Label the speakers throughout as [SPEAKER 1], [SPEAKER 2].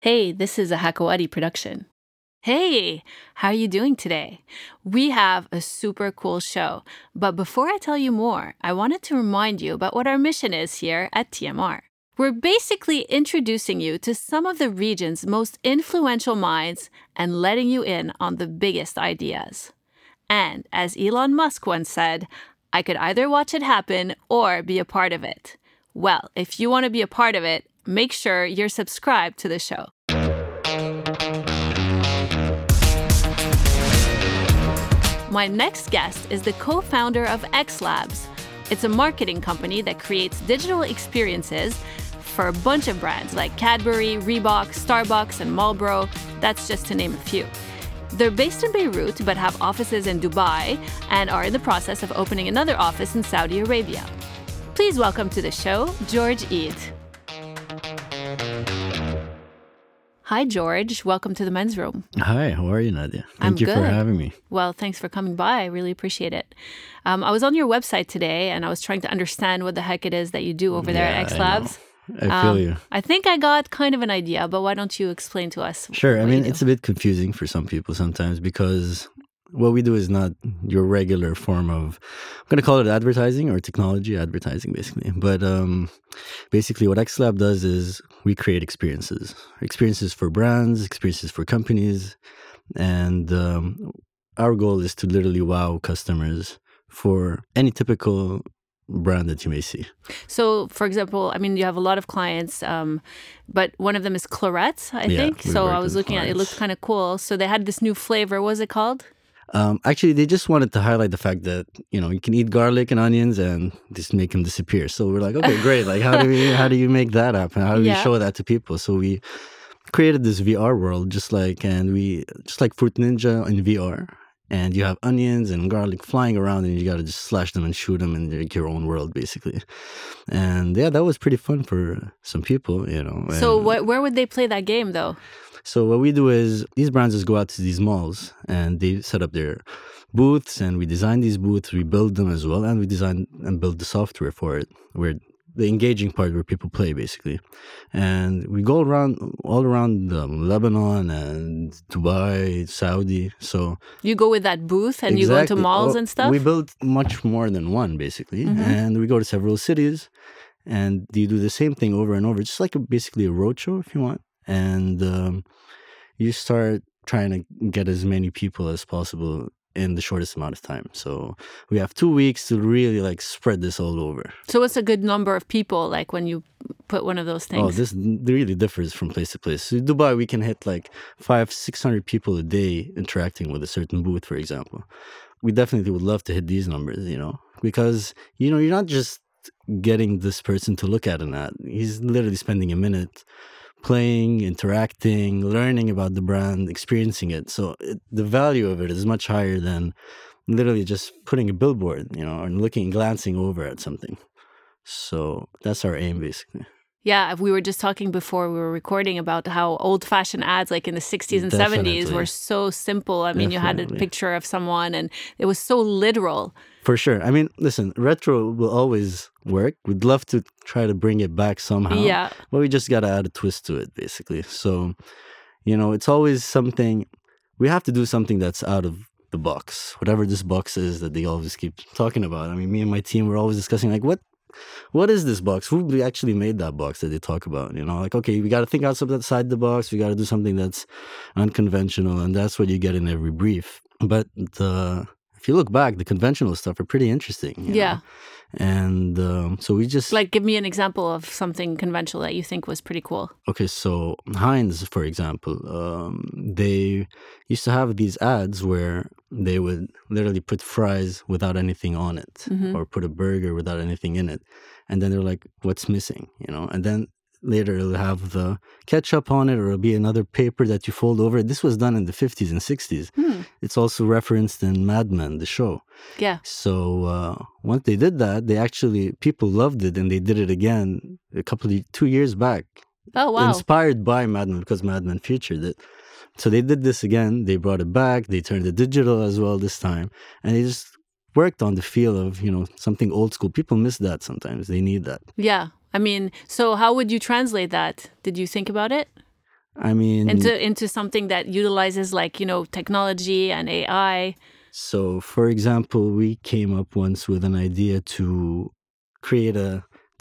[SPEAKER 1] Hey, this is a Hakawari production. Hey, how are you doing today? We have a super cool show, but before I tell you more, I wanted to remind you about what our mission is here at TMR. We're basically introducing you to some of the region's most influential minds and letting you in on the biggest ideas. And as Elon Musk once said, I could either watch it happen or be a part of it. Well, if you want to be a part of it, make sure you're subscribed to the show. My next guest is the co founder of X Labs. It's a marketing company that creates digital experiences for a bunch of brands like Cadbury, Reebok, Starbucks, and Marlboro. That's just to name a few. They're based in Beirut but have offices in Dubai and are in the process of opening another office in Saudi Arabia. Please welcome to the show George Eid. Hi, George. Welcome to the men's room.
[SPEAKER 2] Hi, how are you, Nadia? Thank
[SPEAKER 1] I'm
[SPEAKER 2] you for
[SPEAKER 1] good.
[SPEAKER 2] having me.
[SPEAKER 1] Well, thanks for coming by. I really appreciate it. Um, I was on your website today and I was trying to understand what the heck it is that you do over there
[SPEAKER 2] Yeah,
[SPEAKER 1] at X
[SPEAKER 2] I know.
[SPEAKER 1] Labs.
[SPEAKER 2] I feel you.
[SPEAKER 1] I think I got kind of an idea, but why don't you explain to us?
[SPEAKER 2] Sure. I
[SPEAKER 1] what you
[SPEAKER 2] mean,
[SPEAKER 1] do?
[SPEAKER 2] it's a bit confusing for some people sometimes because what we do is not your regular form of, I'm going to call it advertising or technology advertising, basically. But um, basically, what XLab does is we create experiences experiences for brands, experiences for companies. And um, our goal is to literally wow customers for any typical brand that you may see.
[SPEAKER 1] So, for example, I mean, you have a lot of clients, um, but one of them is Claret, I
[SPEAKER 2] Yeah,
[SPEAKER 1] think.
[SPEAKER 2] we
[SPEAKER 1] So
[SPEAKER 2] work
[SPEAKER 1] I was
[SPEAKER 2] with
[SPEAKER 1] looking at it, it
[SPEAKER 2] Claret's.
[SPEAKER 1] looked kind of cool. So they had this new flavor. What was it called?
[SPEAKER 2] Um, actually, they just wanted to highlight the fact that you know you can eat garlic and onions and just make them disappear. So we're like, okay, great. Like, how do we how do you make that happen? How do
[SPEAKER 1] Yeah.
[SPEAKER 2] we show that to people? So we created this VR world, just like and we just like Fruit Ninja in VR, and you have onions and garlic flying around, and you gotta just slash them and shoot them in like, your own world, basically. And yeah, that was pretty fun for some people, you know.
[SPEAKER 1] So
[SPEAKER 2] and-
[SPEAKER 1] wh- where would they play that game, though?
[SPEAKER 2] so what we do is these brands just go out to these malls and they set up their booths and we design these booths, we build them as well, and we design and build the software for it. Where the engaging part where people play basically. And we go around all around um, Lebanon and Dubai, Saudi. So
[SPEAKER 1] You go with that booth and you go into
[SPEAKER 2] Exactly.
[SPEAKER 1] malls
[SPEAKER 2] Oh,
[SPEAKER 1] and stuff? Mm-hmm.
[SPEAKER 2] We built much more than one, basically, and we go to several cities, and you do the same thing over and over. It's just like a, basically a roadshow, if you want, and um, you start trying to get as many people as possible in the shortest amount of time. So we have two weeks to really like spread this all over.
[SPEAKER 1] So what's a good number of people, like, when you put one of those
[SPEAKER 2] Oh,
[SPEAKER 1] things?
[SPEAKER 2] this really differs from place to place. So in Dubai, we can hit like five, six hundred people a day interacting with a certain booth, for example. We definitely would love to hit these numbers, you know, because you know you're not just getting this person to look at an ad. He's literally spending a minute playing, interacting, learning about the brand, experiencing it. So it, the value of it is much higher than literally just putting a billboard, you know, and looking, glancing over at something. So that's our aim, basically.
[SPEAKER 1] Yeah, we were just talking before we were recording about how old fashioned ads, like in the 60s and 70s, were
[SPEAKER 2] Definitely.
[SPEAKER 1] so simple. I mean, you had a
[SPEAKER 2] Definitely.
[SPEAKER 1] picture of someone and it was so literal.
[SPEAKER 2] For sure. I mean, listen, retro will always work. We'd love to try to bring it back somehow.
[SPEAKER 1] Yeah.
[SPEAKER 2] But we just got to add a twist to it, basically. So, you know, it's always something, we have to do something that's out of the box, whatever this box is that they always keep talking about. I mean, me and my team were always discussing, like, what. What is this box? Who actually made that box that they talk about? You know, like okay, we got to think outside the box. We got to do something that's unconventional, and that's what you get in every brief. But the if you look back, the conventional stuff are pretty interesting. you know?
[SPEAKER 1] Yeah.
[SPEAKER 2] And um, so we just
[SPEAKER 1] Like, give me an example of something conventional that you think was pretty cool.
[SPEAKER 2] okay, so Heinz, for example, um, they used to have these ads where they would literally put fries without anything on it,
[SPEAKER 1] Mhm.
[SPEAKER 2] or put a burger without anything in it, and then they're like, "What's missing?" You know, and then. Later, it'll have the ketchup on it, or it'll be another paper that you fold over. This was done in the 50s and 60s.
[SPEAKER 1] Hmm.
[SPEAKER 2] It's also referenced in Mad Men, the show.
[SPEAKER 1] Yeah.
[SPEAKER 2] So uh, once they did that, they actually people loved it, and they did it again a couple of two years back,
[SPEAKER 1] Oh, wow.
[SPEAKER 2] inspired by Mad Men because Mad Men featured it. So they did this again. They brought it back. They turned it digital as well this time, and they just worked on the feel of you know something old school. People miss that sometimes. They need that.
[SPEAKER 1] yeah. I mean, so how would you translate that? Did you think about it?
[SPEAKER 2] I mean,
[SPEAKER 1] into into something that utilizes like you know technology and AI.
[SPEAKER 2] so for example, we came up once with an idea to create a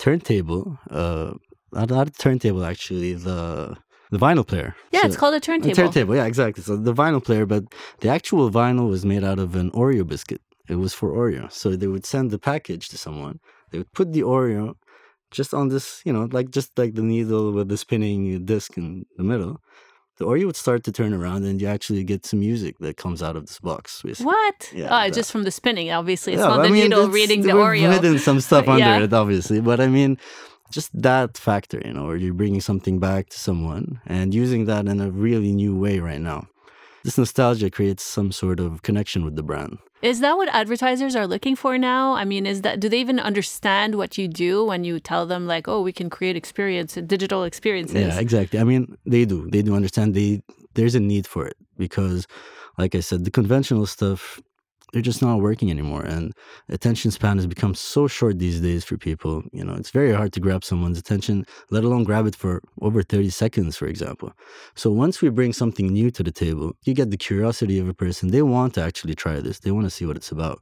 [SPEAKER 2] turntable, uh, not, not a turntable actually, the the vinyl player.
[SPEAKER 1] Yeah,
[SPEAKER 2] So-
[SPEAKER 1] it's called a
[SPEAKER 2] A
[SPEAKER 1] turntable.
[SPEAKER 2] turntable, yeah, exactly. So the vinyl player, but the actual vinyl was made out of an Oreo biscuit. It was for Oreo. So they would send the package to someone. They would put the Oreo just on this, you know, like just like the needle with the spinning disc in the middle. The Oreo would start to turn around and you actually get some music that comes out of this box. Basically.
[SPEAKER 1] What?
[SPEAKER 2] Yeah,
[SPEAKER 1] oh,
[SPEAKER 2] that-
[SPEAKER 1] just from the spinning, obviously. It's
[SPEAKER 2] Yeah,
[SPEAKER 1] not
[SPEAKER 2] I
[SPEAKER 1] the
[SPEAKER 2] mean,
[SPEAKER 1] needle
[SPEAKER 2] it's-
[SPEAKER 1] reading the
[SPEAKER 2] we've
[SPEAKER 1] Oreo.
[SPEAKER 2] hidden some stuff under
[SPEAKER 1] Yeah.
[SPEAKER 2] it, obviously, but I mean, just that factor, you know, where you're bringing something back to someone and using that in a really new way right now. This nostalgia creates some sort of connection with the brand.
[SPEAKER 1] Is that what advertisers are looking for now? I mean, is that do they even understand what you do when you tell them like, "Oh, we can create experience, digital experiences."
[SPEAKER 2] Yeah, exactly. I mean, they do. They do understand. They there's a need for it because, like I said, the conventional stuff they're just not working anymore, and attention span has become so short these days for people. You know, it's very hard to grab someone's attention, let alone grab it for over thirty seconds, for example. So once we bring something new to the table, you get the curiosity of a person. They want to actually try this. They want to see what it's about.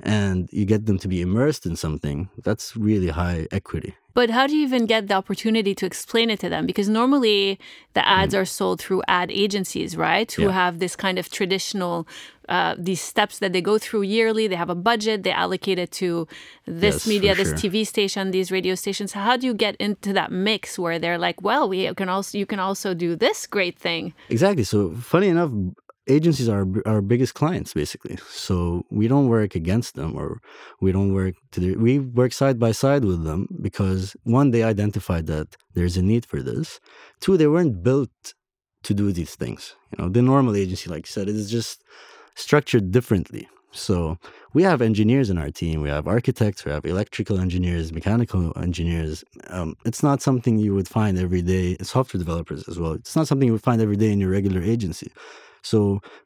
[SPEAKER 2] And you get them to be immersed in something, that's really high equity.
[SPEAKER 1] But how do you even get the opportunity to explain it to them? Because normally the ads are sold through ad agencies, right? Who
[SPEAKER 2] Mm-hmm. Yeah.
[SPEAKER 1] have this kind of traditional, uh, these steps that they go through yearly. They have a budget, they allocate it to this
[SPEAKER 2] Yes, for
[SPEAKER 1] media, this
[SPEAKER 2] sure.
[SPEAKER 1] TV station, these radio stations. How do you get into that mix where they're like, well, we can also you can also do this great thing?
[SPEAKER 2] Exactly. So funny enough, agencies are our biggest clients basically. So we don't work against them or we don't work to their, we work side by side with them because one they identified that there's a need for this. Two they weren't built to do these things. You know, the normal agency like you said is just structured differently. So we have engineers in our team. We have architects. We have electrical engineers, mechanical engineers. Um, it's not something you would find every day. uh, Software developers as well. It's not something you would find every day in your regular agency. So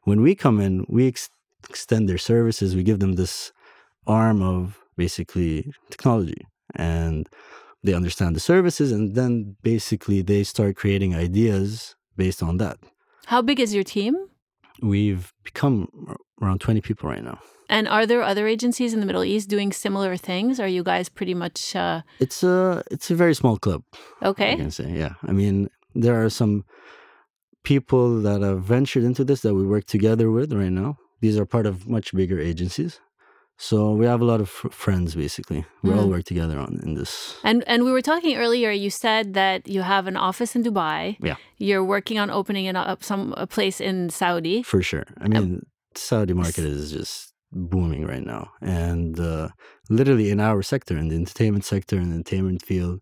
[SPEAKER 2] when we come in, we ex- extend their services. We give them this arm of basically technology, and they understand the services, and then basically they start creating ideas based on that.
[SPEAKER 1] How big is your team?
[SPEAKER 2] We've become ar- around twenty people right now.
[SPEAKER 1] And are there other agencies in the Middle East doing similar things? Are you guys pretty much uh,
[SPEAKER 2] It's a it's a very small club. I
[SPEAKER 1] okay?
[SPEAKER 2] can say yeah. I mean, there are some people that have ventured into this that we work together with right now. These are part of much bigger agencies, so we have a lot of fr- friends. Basically, we
[SPEAKER 1] Mm.
[SPEAKER 2] all work together on in this.
[SPEAKER 1] And and we were talking earlier. You said that you have an office in Dubai.
[SPEAKER 2] Yeah.
[SPEAKER 1] You're working on opening an, up some a place in Saudi.
[SPEAKER 2] For sure. I mean, Saudi market is just booming right now, and uh, literally in our sector, in the entertainment sector, in the entertainment field,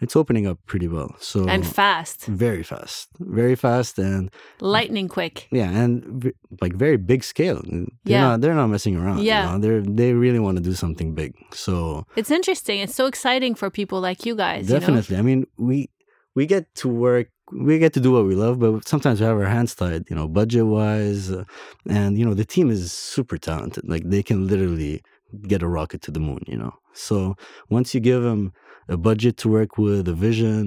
[SPEAKER 2] it's opening up pretty well. So
[SPEAKER 1] And fast,
[SPEAKER 2] very fast, very fast, and
[SPEAKER 1] lightning quick.
[SPEAKER 2] Yeah, and v- like very big scale. They're
[SPEAKER 1] Yeah.
[SPEAKER 2] not, they're not messing around. you
[SPEAKER 1] Yeah.
[SPEAKER 2] know? they're they really want to do something big. So
[SPEAKER 1] It's interesting. It's so exciting for people like you guys.
[SPEAKER 2] definitely, I mean, we we get to work, we get to do what we love, but sometimes we have our hands tied, you know, budget wise, uh, and you know, the team is super talented. Like they can literally get a rocket to the moon, you know. So once you give them a budget to work with, a vision,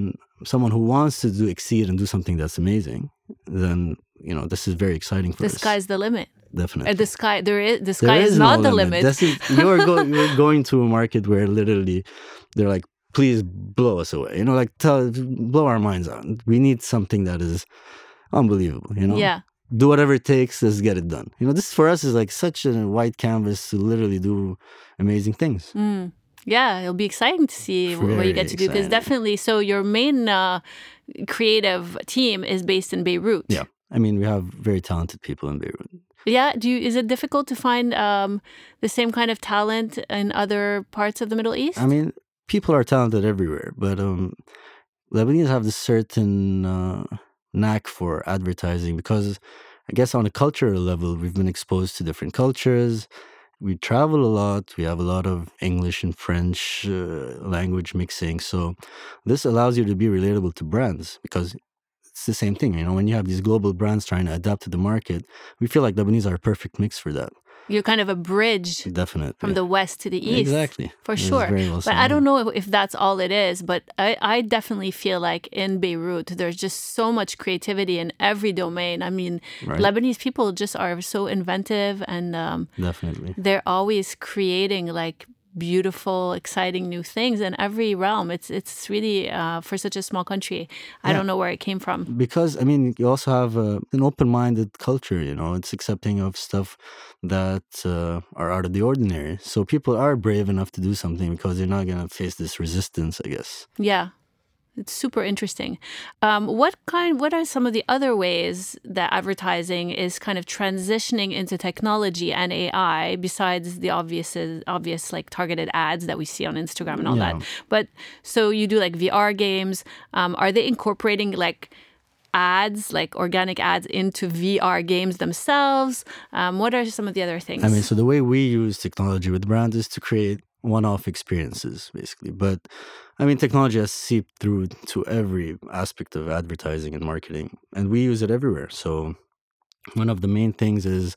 [SPEAKER 2] someone who wants to do exceed and do something that's amazing, then you know, this is very exciting for
[SPEAKER 1] You know, the
[SPEAKER 2] us.
[SPEAKER 1] sky's the limit.
[SPEAKER 2] definitely.
[SPEAKER 1] Uh, The sky there is the
[SPEAKER 2] There
[SPEAKER 1] sky is, not
[SPEAKER 2] no
[SPEAKER 1] the limit.
[SPEAKER 2] This is, you're, go, you're going to a market where literally they're like, please blow us away. You know, like tell, blow our minds out. We need something that is unbelievable. You know,
[SPEAKER 1] Yeah.
[SPEAKER 2] do whatever it takes. Let's get it done. You know, this for us is like such a white canvas to literally do amazing things.
[SPEAKER 1] Mm. Yeah, it'll be exciting to see wh- what you
[SPEAKER 2] Very
[SPEAKER 1] get to do because
[SPEAKER 2] exciting.
[SPEAKER 1] definitely. So your main uh, creative team is based in Beirut.
[SPEAKER 2] Yeah. I mean, we have very talented people in Beirut.
[SPEAKER 1] Yeah. Do you, is it difficult to find um, the same kind of talent in other parts of the Middle East?
[SPEAKER 2] I mean, people are talented everywhere, but um, Lebanese have this certain uh, knack for advertising because I guess on a cultural level, we've been exposed to different cultures. We travel a lot. We have a lot of English and French uh, language mixing. So this allows you to be relatable to brands because it's the same thing. You know, when you have these global brands trying to adapt to the market, we feel like Lebanese are a perfect mix for that.
[SPEAKER 1] You're kind of a bridge
[SPEAKER 2] Definitely.
[SPEAKER 1] from the west to the east.
[SPEAKER 2] Exactly.
[SPEAKER 1] For
[SPEAKER 2] It was
[SPEAKER 1] sure.
[SPEAKER 2] very well
[SPEAKER 1] but
[SPEAKER 2] said,
[SPEAKER 1] I
[SPEAKER 2] yeah.
[SPEAKER 1] don't know if, if that's all it is, but I, I definitely feel like in Beirut, there's just so much creativity in every domain. I mean,
[SPEAKER 2] Right.
[SPEAKER 1] Lebanese people just are so inventive and um,
[SPEAKER 2] Definitely.
[SPEAKER 1] they're always creating like beautiful, exciting new things in every realm. It's, it's really, uh, for such a small country, I
[SPEAKER 2] Yeah.
[SPEAKER 1] don't know where it came from.
[SPEAKER 2] Because, I mean, you also have uh an open minded culture, you know, it's accepting of stuff that uh, are out of the ordinary. So people are brave enough to do something because they're not going to face this resistance, I guess.
[SPEAKER 1] Yeah. It's super interesting. Um, what kind? What are some of the other ways that advertising is kind of transitioning into technology and AI, besides the obvious, obvious like targeted ads that we see on Instagram and all that?
[SPEAKER 2] Yeah.
[SPEAKER 1] But so you do like VR games. Um, are they incorporating like ads, like organic ads, into VR games themselves? Um, what are some of the other things?
[SPEAKER 2] I mean, so the way we use technology with brand is to create one-off experiences, basically. But I mean, technology has seeped through to every aspect of advertising and marketing, and we use it everywhere. So one of the main things is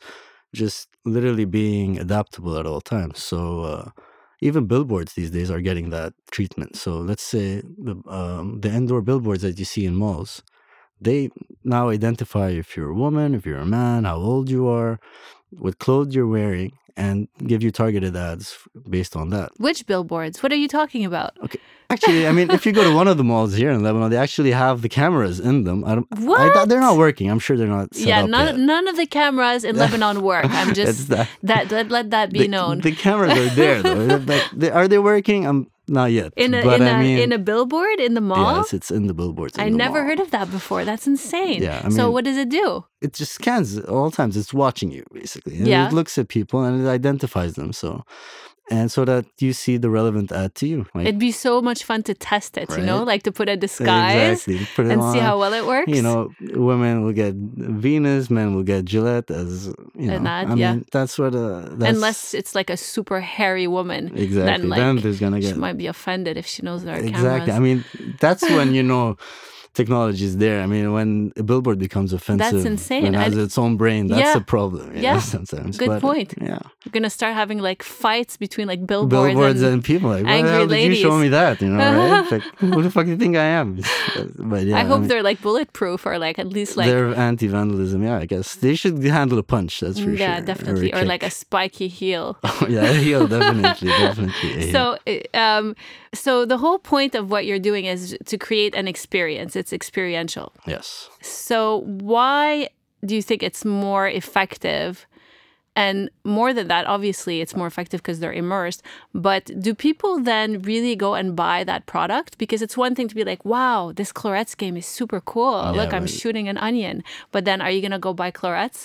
[SPEAKER 2] just literally being adaptable at all times. So uh, even billboards these days are getting that treatment. So let's say the um, the indoor billboards that you see in malls, they now identify if you're a woman, if you're a man, how old you are, what clothes you're wearing, and give you targeted ads f- based on that.
[SPEAKER 1] Which billboards? What are you talking about?
[SPEAKER 2] Actually, I mean, if you go to one of the malls here in Lebanon, they actually have the cameras in them. I don't, I,
[SPEAKER 1] What?
[SPEAKER 2] doubt- they're not working. I'm sure they're not. Set
[SPEAKER 1] yeah,
[SPEAKER 2] up
[SPEAKER 1] none,
[SPEAKER 2] yet.
[SPEAKER 1] none of the cameras in Lebanon work. I'm
[SPEAKER 2] It's
[SPEAKER 1] just
[SPEAKER 2] that-
[SPEAKER 1] that, that let that be
[SPEAKER 2] the,
[SPEAKER 1] known.
[SPEAKER 2] The cameras are there though. Like, they- are they working? I'm not yet.
[SPEAKER 1] in a
[SPEAKER 2] but
[SPEAKER 1] in,
[SPEAKER 2] I
[SPEAKER 1] a
[SPEAKER 2] mean,
[SPEAKER 1] in a billboard in the mall.
[SPEAKER 2] yes, it's in the billboards.
[SPEAKER 1] I
[SPEAKER 2] in the
[SPEAKER 1] never
[SPEAKER 2] mall.
[SPEAKER 1] heard of that before. That's insane.
[SPEAKER 2] Yeah, I
[SPEAKER 1] so
[SPEAKER 2] mean-
[SPEAKER 1] what does it do?
[SPEAKER 2] it just scans at all times. It's watching you basically. And
[SPEAKER 1] Yeah.
[SPEAKER 2] It looks at people and it identifies them. So, and so that you see the relevant ad to you. Like,
[SPEAKER 1] It'd be so much fun to test it. You know,
[SPEAKER 2] Right?
[SPEAKER 1] like to put a disguise
[SPEAKER 2] exactly. Put it
[SPEAKER 1] and see
[SPEAKER 2] on.
[SPEAKER 1] how well it works.
[SPEAKER 2] You know, women will get Venus, men will get Gillette as you know.
[SPEAKER 1] An ad,
[SPEAKER 2] I mean,
[SPEAKER 1] yeah.
[SPEAKER 2] that's what. Uh, that's
[SPEAKER 1] unless it's like a super hairy woman,
[SPEAKER 2] exactly.
[SPEAKER 1] then like
[SPEAKER 2] there's gonna
[SPEAKER 1] she
[SPEAKER 2] get
[SPEAKER 1] might be offended if she knows there are
[SPEAKER 2] exactly. I
[SPEAKER 1] cameras.
[SPEAKER 2] mean, that's when you know technology is there. I mean, when a billboard becomes offensive,
[SPEAKER 1] insane.
[SPEAKER 2] and
[SPEAKER 1] I-
[SPEAKER 2] has its own brain, that's
[SPEAKER 1] Yeah.
[SPEAKER 2] a problem. you know,
[SPEAKER 1] Yeah.
[SPEAKER 2] sometimes.
[SPEAKER 1] Good
[SPEAKER 2] But,
[SPEAKER 1] point.
[SPEAKER 2] Yeah,
[SPEAKER 1] We're gonna start having like fights between like billboards,
[SPEAKER 2] billboards
[SPEAKER 1] and
[SPEAKER 2] and, people like, why the
[SPEAKER 1] angry
[SPEAKER 2] hell did you show
[SPEAKER 1] ladies."
[SPEAKER 2] me that? You know, right? It's like, who the fuck do you think I am? uh, but yeah,
[SPEAKER 1] I hope
[SPEAKER 2] mean,
[SPEAKER 1] they're like bulletproof or like at least like
[SPEAKER 2] they're anti-vandalism. Yeah, I guess they should handle a punch. That's for
[SPEAKER 1] yeah,
[SPEAKER 2] sure.
[SPEAKER 1] definitely, or
[SPEAKER 2] kick.
[SPEAKER 1] like a spiky heel.
[SPEAKER 2] yeah, yeah, definitely, definitely. eh, a heel.
[SPEAKER 1] So, uh, um, so the whole point of what you're doing is to create an experience. It's experiential.
[SPEAKER 2] yes.
[SPEAKER 1] So, why do you think it's more effective? And more than that, obviously, it's more effective because they're immersed. But do people then really go and buy that product? Because it's one thing to be like, wow, this Clorets game is super cool. Look, I'm
[SPEAKER 2] but-
[SPEAKER 1] shooting an onion. But then are you going to go buy Clorets?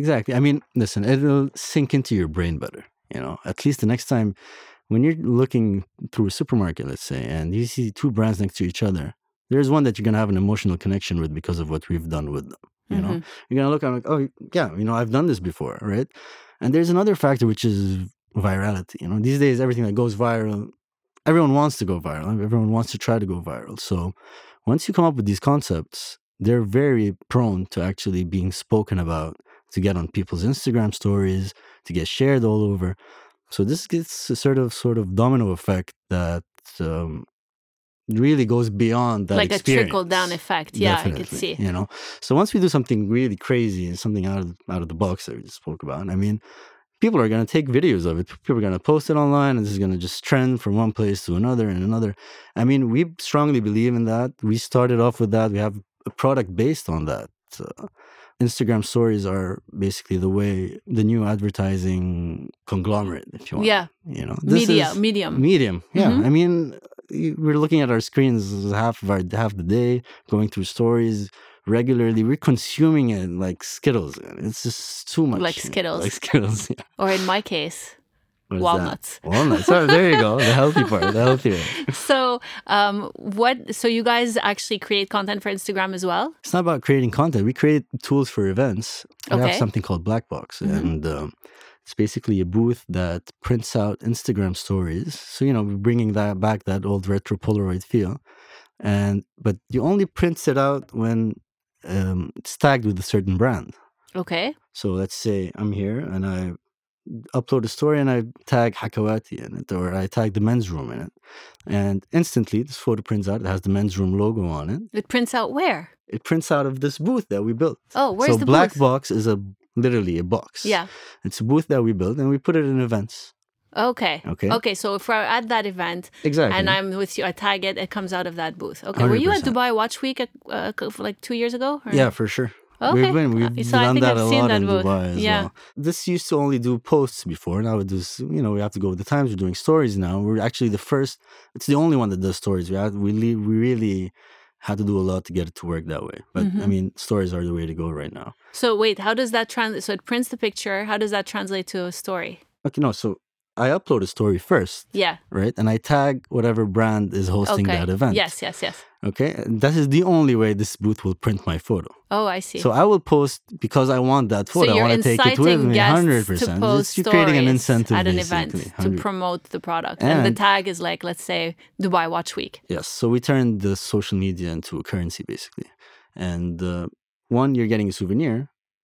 [SPEAKER 2] Exactly. I mean, listen, it'll sink into your brain better. You know, at least the next time when you're looking through a supermarket, let's say, and you see two brands next to each other, there's one that you're gonna have an emotional connection with because of what we've done with them. You know,
[SPEAKER 1] Mhm.
[SPEAKER 2] you're gonna look at like, oh yeah, you know, I've done this before, right? And there's another factor which is virality. You know, these days everything that goes viral, everyone wants to go viral. Everyone wants to try to go viral. So once you come up with these concepts, they're very prone to actually being spoken about, to get on people's Instagram stories, to get shared all over. So this gets a sort of sort of domino effect that um, really goes beyond that
[SPEAKER 1] Like
[SPEAKER 2] experience.
[SPEAKER 1] a trickle down effect. Yeah, I could
[SPEAKER 2] Definitely,
[SPEAKER 1] see.
[SPEAKER 2] You know, so once we do something really crazy and something out of out of the box that we just spoke about, I mean, people are going to take videos of it. People are going to post it online, and this is going to just trend from one place to another and another. I mean, we strongly believe in that. We started off with that. We have a product based on that. Uh, Instagram stories are basically the way the new advertising conglomerate, if you want.
[SPEAKER 1] Yeah,
[SPEAKER 2] You know,
[SPEAKER 1] media,
[SPEAKER 2] is-
[SPEAKER 1] medium.
[SPEAKER 2] medium. Yeah,
[SPEAKER 1] Mhm.
[SPEAKER 2] I mean, you- we're looking at our screens half of our half the day, going through stories regularly. We're consuming it like Skittles. It's just too much.
[SPEAKER 1] Like
[SPEAKER 2] you know,
[SPEAKER 1] Skittles.
[SPEAKER 2] Like Skittles. Yeah.
[SPEAKER 1] or in my case,
[SPEAKER 2] What is that?
[SPEAKER 1] walnuts.
[SPEAKER 2] Walnuts. Oh, there you go. The healthy part. The healthy one.
[SPEAKER 1] So, um, what? So you guys actually create content for Instagram as well?
[SPEAKER 2] It's not about creating content. We create tools for events. We have
[SPEAKER 1] Okay.
[SPEAKER 2] something called Black Box,
[SPEAKER 1] Mhm.
[SPEAKER 2] and um, it's basically a booth that prints out Instagram stories. So you know, we're bringing that back that old retro Polaroid feel, and but you only print it out when um, it's tagged with a certain brand.
[SPEAKER 1] Okay.
[SPEAKER 2] So let's say I'm here and I upload a story and I tag Hakawati in it or I tag the men's room in it. And instantly this photo prints out. It has the men's room logo on it.
[SPEAKER 1] It prints out where?
[SPEAKER 2] It prints out of this booth that we built.
[SPEAKER 1] Oh, where's
[SPEAKER 2] so
[SPEAKER 1] the
[SPEAKER 2] Black
[SPEAKER 1] booth?
[SPEAKER 2] Box is a literally a box.
[SPEAKER 1] Yeah.
[SPEAKER 2] It's a booth that we built and we put it in events.
[SPEAKER 1] Okay.
[SPEAKER 2] Okay.
[SPEAKER 1] Okay. So if we're at that event
[SPEAKER 2] Exactly.
[SPEAKER 1] and I'm with you, Oh, I tag it. It comes out of that booth. Okay. Were you at
[SPEAKER 2] 100%.
[SPEAKER 1] Dubai Watch Week uh, uh, for like two years ago? Or-
[SPEAKER 2] Yeah, for sure.
[SPEAKER 1] Okay.
[SPEAKER 2] We've been
[SPEAKER 1] Uh,
[SPEAKER 2] we've
[SPEAKER 1] so I
[SPEAKER 2] done
[SPEAKER 1] think
[SPEAKER 2] that
[SPEAKER 1] I've
[SPEAKER 2] a
[SPEAKER 1] seen
[SPEAKER 2] lot
[SPEAKER 1] that
[SPEAKER 2] in
[SPEAKER 1] booth.
[SPEAKER 2] Dubai as
[SPEAKER 1] Yeah.
[SPEAKER 2] well. This used to only do posts before. Now it does. You know, we have to go with the times. We're doing stories now. We're actually the first. It's the only one that does stories. We had, we, le- we really had to do a lot to get it to work that way. But I
[SPEAKER 1] Mhm.
[SPEAKER 2] mean, stories are the way to go right now.
[SPEAKER 1] So wait, how does that translate? So it prints the picture. How does that translate to a story?
[SPEAKER 2] Okay, no. So I upload a story first,
[SPEAKER 1] Yeah.
[SPEAKER 2] right? And I tag whatever brand is hosting
[SPEAKER 1] okay.
[SPEAKER 2] that event.
[SPEAKER 1] Yes. Yes. Yes.
[SPEAKER 2] Okay. And that is the only way this booth will print my photo.
[SPEAKER 1] Oh, I see.
[SPEAKER 2] So I will post because I want that
[SPEAKER 1] So
[SPEAKER 2] photo. I
[SPEAKER 1] you're
[SPEAKER 2] want to take it with
[SPEAKER 1] inciting
[SPEAKER 2] me.
[SPEAKER 1] guests
[SPEAKER 2] Hundred
[SPEAKER 1] to
[SPEAKER 2] percent.
[SPEAKER 1] post
[SPEAKER 2] You're creating an
[SPEAKER 1] stories
[SPEAKER 2] incentive
[SPEAKER 1] at an event
[SPEAKER 2] basically.
[SPEAKER 1] to
[SPEAKER 2] 100%.
[SPEAKER 1] promote the product, and, the
[SPEAKER 2] And-
[SPEAKER 1] tag is like, let's say, Dubai Watch Week.
[SPEAKER 2] yes. So we turned the social media into a currency basically. And uh, one, you're getting a souvenir,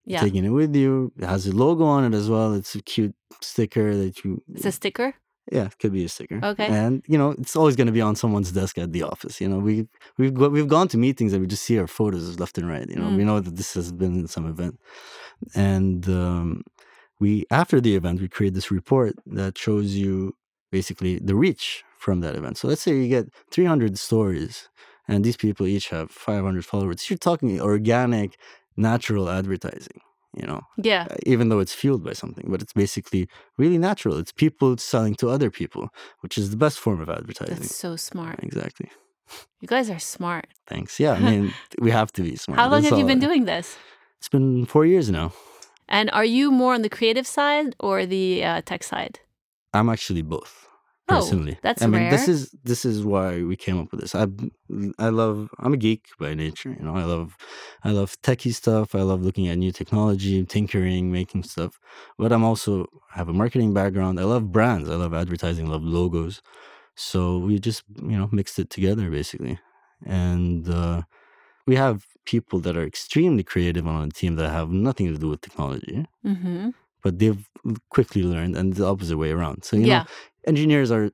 [SPEAKER 2] you're
[SPEAKER 1] Yeah,
[SPEAKER 2] taking it with you. It has a logo on it as well. It's a cute sticker that you.
[SPEAKER 1] it's a sticker.
[SPEAKER 2] yeah, it could be a sticker.
[SPEAKER 1] Okay.
[SPEAKER 2] And you know, it's always going to be on someone's desk at the office. You know, we we've go, we've gone to meetings and we just see our photos left and right. You know,
[SPEAKER 1] Mm.
[SPEAKER 2] we know that this has been in some event, and um, we after the event we create this report that shows you basically the reach from that event. So let's say you get 300 stories, and these people each have 500 followers. You're talking organic, natural advertising. You know,
[SPEAKER 1] Yeah,
[SPEAKER 2] even though it's fueled by something, but it's basically really natural. It's people selling to other people, which is the best form of advertising.
[SPEAKER 1] that's so smart.
[SPEAKER 2] Exactly.
[SPEAKER 1] You guys are smart.
[SPEAKER 2] Thanks. Yeah, I mean, we have to be smart.
[SPEAKER 1] How long
[SPEAKER 2] That's
[SPEAKER 1] have you
[SPEAKER 2] all.
[SPEAKER 1] been doing this?
[SPEAKER 2] It's been four years now.
[SPEAKER 1] And are you more on the creative side or the uh, tech side?
[SPEAKER 2] I'm actually both.
[SPEAKER 1] Oh,
[SPEAKER 2] Personally,
[SPEAKER 1] that's
[SPEAKER 2] I mean, this
[SPEAKER 1] rare.
[SPEAKER 2] is this is why we came up with this. I I love. I'm a geek by nature. You know, I love, I love techie stuff. I love looking at new technology, tinkering, making stuff. But I'm also I have a marketing background. I love brands. I love advertising. I love logos. So we just you know mixed it together basically, and uh, we have people that are extremely creative on the team that have nothing to do with technology,
[SPEAKER 1] Mm-hmm.
[SPEAKER 2] but they've quickly learned and the opposite way around. So you know
[SPEAKER 1] yeah,
[SPEAKER 2] engineers are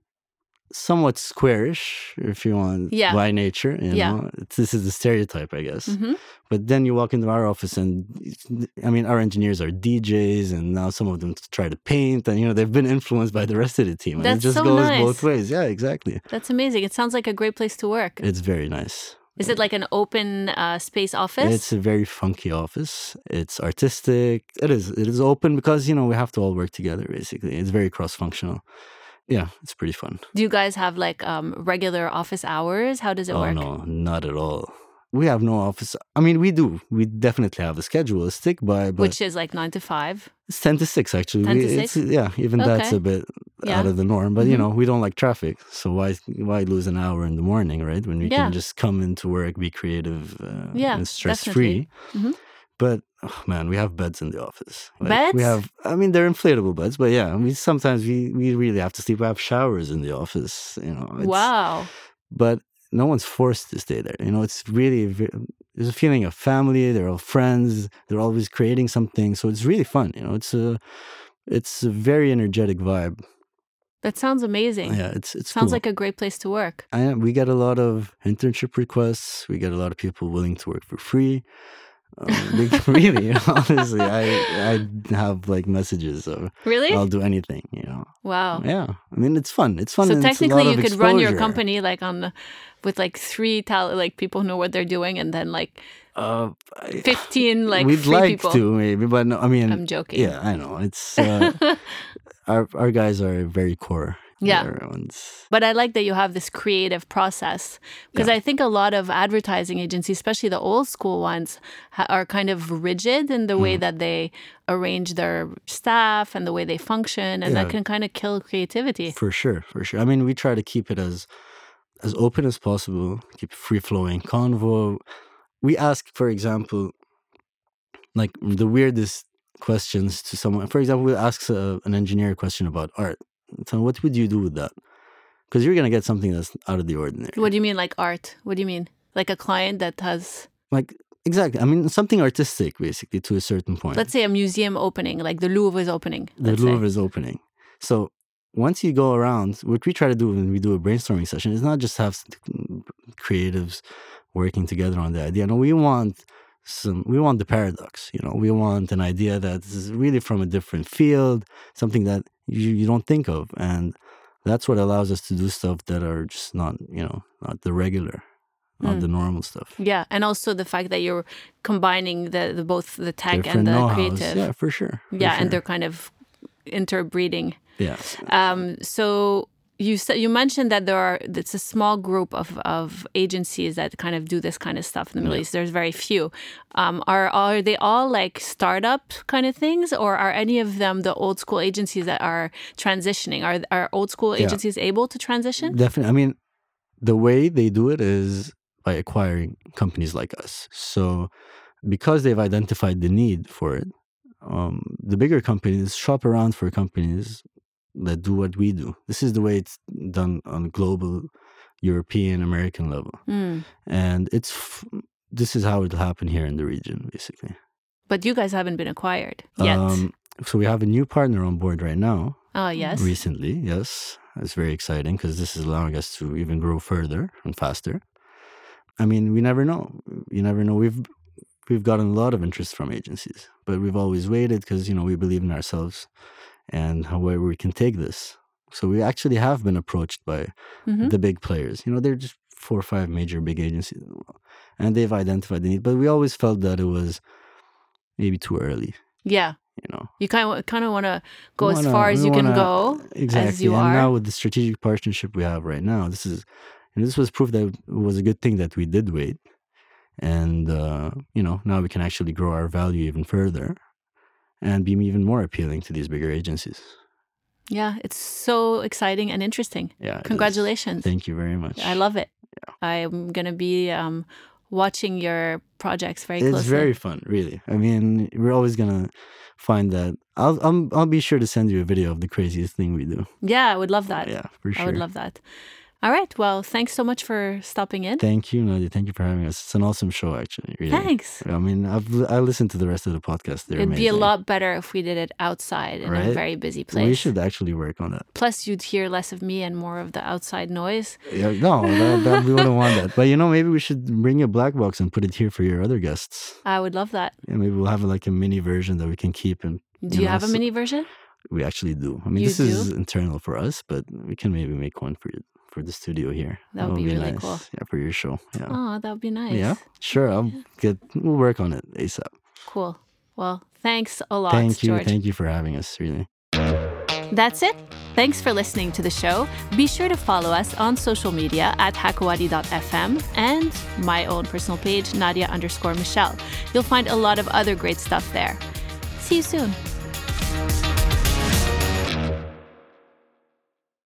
[SPEAKER 2] somewhat squarish, if you want,
[SPEAKER 1] Yeah.
[SPEAKER 2] by nature. You
[SPEAKER 1] Yeah.
[SPEAKER 2] know, It's- this is the stereotype, I guess.
[SPEAKER 1] hmm
[SPEAKER 2] But then you walk into our office, and I mean, our engineers are DJs, and now some of them try to paint, and you know, they've been influenced by the rest of the team. and
[SPEAKER 1] That's
[SPEAKER 2] it just
[SPEAKER 1] so
[SPEAKER 2] goes
[SPEAKER 1] nice.
[SPEAKER 2] both ways. Yeah, exactly.
[SPEAKER 1] that's amazing. It sounds like a great place to work.
[SPEAKER 2] It's very nice.
[SPEAKER 1] Is it like an open uh, space office?
[SPEAKER 2] It's a very funky office. It's artistic. It is. It is open because you know we have to all work together. Basically, it's very cross-functional. Yeah, it's pretty fun.
[SPEAKER 1] Do you guys have like um, regular office hours? How does it
[SPEAKER 2] oh
[SPEAKER 1] work?
[SPEAKER 2] no, not at all. We have no office. I mean, we do. We definitely have a schedule to stick by, but
[SPEAKER 1] Which is like nine to five.
[SPEAKER 2] it's ten to six actually.
[SPEAKER 1] 10 to
[SPEAKER 2] We- it's- yeah, even that's
[SPEAKER 1] Okay.
[SPEAKER 2] a bit
[SPEAKER 1] Yeah.
[SPEAKER 2] out of the norm. But you
[SPEAKER 1] Mhm.
[SPEAKER 2] know, we don't like traffic, so why why lose an hour in the morning, right? When we
[SPEAKER 1] Yeah.
[SPEAKER 2] can just come into work, be creative, uh,
[SPEAKER 1] Yeah,
[SPEAKER 2] and stress free.
[SPEAKER 1] definitely. Mhm.
[SPEAKER 2] But oh man, we have beds in the office.
[SPEAKER 1] Beds?
[SPEAKER 2] We have. I mean, they're inflatable beds, but yeah, I mean, sometimes we we really have to sleep. We have showers in the office. You know, it's-
[SPEAKER 1] wow.
[SPEAKER 2] but no one's forced to stay there. You know, it's really ve- there's a feeling of family. They're all friends. They're always creating something, so it's really fun. You know, it's a it's a very energetic vibe.
[SPEAKER 1] That sounds amazing.
[SPEAKER 2] Yeah, it's it's
[SPEAKER 1] sounds
[SPEAKER 2] cool.
[SPEAKER 1] like a great place to work.
[SPEAKER 2] I, we get a lot of internship requests. We get a lot of people willing to work for free. Um, they- really, honestly, I I have like messages of
[SPEAKER 1] Really?
[SPEAKER 2] I'll do anything. You know,
[SPEAKER 1] wow.
[SPEAKER 2] yeah. I mean, it's fun. It's fun.
[SPEAKER 1] Oh. So
[SPEAKER 2] and it's a lot
[SPEAKER 1] technically, you
[SPEAKER 2] of
[SPEAKER 1] could run your
[SPEAKER 2] exposure.
[SPEAKER 1] company like on with like three tal like people know what they're doing, and then like
[SPEAKER 2] Uh, I-
[SPEAKER 1] fifteen like
[SPEAKER 2] we'd
[SPEAKER 1] free
[SPEAKER 2] like
[SPEAKER 1] people.
[SPEAKER 2] to maybe, but no, I mean,
[SPEAKER 1] I'm joking.
[SPEAKER 2] Yeah, I know. It's uh, our our guys are very core.
[SPEAKER 1] Yeah.
[SPEAKER 2] everyone's
[SPEAKER 1] But I like that you have this creative process because
[SPEAKER 2] Yeah.
[SPEAKER 1] I think a lot of advertising agencies, especially the old school ones, ha- are kind of rigid in the way
[SPEAKER 2] Mm.
[SPEAKER 1] that they arrange their staff and the way they function, and that
[SPEAKER 2] Yeah.
[SPEAKER 1] can kind of kill creativity.
[SPEAKER 2] for sure, for sure. I mean, we try to keep it as as open as possible. Keep free flowing convo. We ask, for example, like the weirdest questions to someone. For example, we ask uh, an engineer a question about art. So, what would you do with that? Because you're gonna get something that's out of the ordinary.
[SPEAKER 1] What do you mean, like art? What do you mean? Like a client that has.
[SPEAKER 2] like Exactly. I mean, something artistic, basically, to a certain point.
[SPEAKER 1] Let's say a museum opening, like the Louvre is opening.
[SPEAKER 2] the
[SPEAKER 1] let's say.
[SPEAKER 2] Louvre is opening. So once you go around, what we try to do when we do a brainstorming session is not just have s- creatives working together on the idea. No, we want some. We want the paradox. You know, we want an idea that is really from a different field, something that you, you don't think of, and that's what allows us to do stuff that are just not, you know, not the regular, not
[SPEAKER 1] Mm.
[SPEAKER 2] the normal stuff.
[SPEAKER 1] Yeah, and also the fact that you're combining the, the both the tech
[SPEAKER 2] Different
[SPEAKER 1] and the
[SPEAKER 2] know-hows.
[SPEAKER 1] creative.
[SPEAKER 2] yeah, for sure. for
[SPEAKER 1] Yeah,
[SPEAKER 2] sure.
[SPEAKER 1] and they're kind of interbreeding.
[SPEAKER 2] yeah.
[SPEAKER 1] Um, so you said you mentioned that there are it's a small group of, of agencies that kind of do this kind of stuff in the Middle East. There's very few. Um, are are they all like startup kind of things, or are any of them the old school agencies that are transitioning? Are are old school
[SPEAKER 2] Yeah.
[SPEAKER 1] agencies able to transition?
[SPEAKER 2] Definitely. I mean, the way they do it is by acquiring companies like us. So, because they've identified the need for it, um, the bigger companies shop around for companies that do what we do. This is the way it's done on a global, European, American level,
[SPEAKER 1] Mm.
[SPEAKER 2] and it's f- this is how it'll happen here in the region, basically.
[SPEAKER 1] But you guys haven't been acquired yet.
[SPEAKER 2] Um, so we have a new partner on board right now.
[SPEAKER 1] oh yes.
[SPEAKER 2] Recently, yes. It's very exciting because this is allowing us to even grow further and faster. I mean, we never know. You never know. We've we've gotten a lot of interest from agencies, but we've always waited because you know we believe in ourselves and how where we can take this. So we actually have been approached by
[SPEAKER 1] Mhm.
[SPEAKER 2] the big players. You know, they're just four or five major big agencies, in the world. and they've identified the need. But we always felt that it was maybe too early.
[SPEAKER 1] Yeah.
[SPEAKER 2] You know,
[SPEAKER 1] You kind of kind of want to go
[SPEAKER 2] We
[SPEAKER 1] as
[SPEAKER 2] wanna-
[SPEAKER 1] far as
[SPEAKER 2] we
[SPEAKER 1] you can
[SPEAKER 2] wanna-
[SPEAKER 1] go.
[SPEAKER 2] exactly.
[SPEAKER 1] you
[SPEAKER 2] and
[SPEAKER 1] are.
[SPEAKER 2] now with the strategic partnership we have right now, this is and this was proof that it was a good thing that we did wait, and uh, you know now we can actually grow our value even further, and be even more appealing to these bigger agencies.
[SPEAKER 1] Yeah, it's so exciting and interesting.
[SPEAKER 2] Yeah, it is.
[SPEAKER 1] Congratulations.
[SPEAKER 2] Thank you very much.
[SPEAKER 1] I love it. I'm gonna be um, watching your projects very
[SPEAKER 2] It's
[SPEAKER 1] closely.
[SPEAKER 2] very fun, really. I mean, we're always gonna find that. I'll I'm, I'll be sure to send you a video of the craziest thing we do.
[SPEAKER 1] yeah, I would love that.
[SPEAKER 2] Oh, Yeah, for sure.
[SPEAKER 1] I would love that. All right. Well, thanks so much for stopping in.
[SPEAKER 2] Thank you, Nadia. Thank you for having us. It's an awesome show, actually. Really.
[SPEAKER 1] Thanks.
[SPEAKER 2] I mean, I've li- I listened to the rest of the podcast. They're
[SPEAKER 1] It'd be a
[SPEAKER 2] amazing.
[SPEAKER 1] lot better if we did it outside in a
[SPEAKER 2] Right?
[SPEAKER 1] very busy place.
[SPEAKER 2] We should actually work on that.
[SPEAKER 1] Plus, you'd hear less of me and more of the outside noise.
[SPEAKER 2] Yeah, no, that, that, we wouldn't want that. But you know, maybe we should bring a black box and put it here for your other guests.
[SPEAKER 1] I would love that.
[SPEAKER 2] And maybe we'll have like a mini version that we can keep. And
[SPEAKER 1] Do
[SPEAKER 2] You
[SPEAKER 1] you
[SPEAKER 2] know,
[SPEAKER 1] have a
[SPEAKER 2] so-
[SPEAKER 1] mini version?
[SPEAKER 2] we actually do. I mean,
[SPEAKER 1] You
[SPEAKER 2] this is internal for us, but we can maybe make one for for the studio here.
[SPEAKER 1] That would be really
[SPEAKER 2] nice.
[SPEAKER 1] cool.
[SPEAKER 2] Yeah, for your show. Yeah.
[SPEAKER 1] Oh, that would be nice.
[SPEAKER 2] Yeah, sure. I'll get. We'll work on it asap.
[SPEAKER 1] Cool. Well, thanks a lot,
[SPEAKER 2] thank you,
[SPEAKER 1] George.
[SPEAKER 2] thank you for having us. Really.
[SPEAKER 1] That's it. Thanks for listening to the show. Be sure to follow us on social media at hakawadi.fm and my own personal page, Nadia underscore Michelle. You'll find a lot of other great stuff there. See you soon.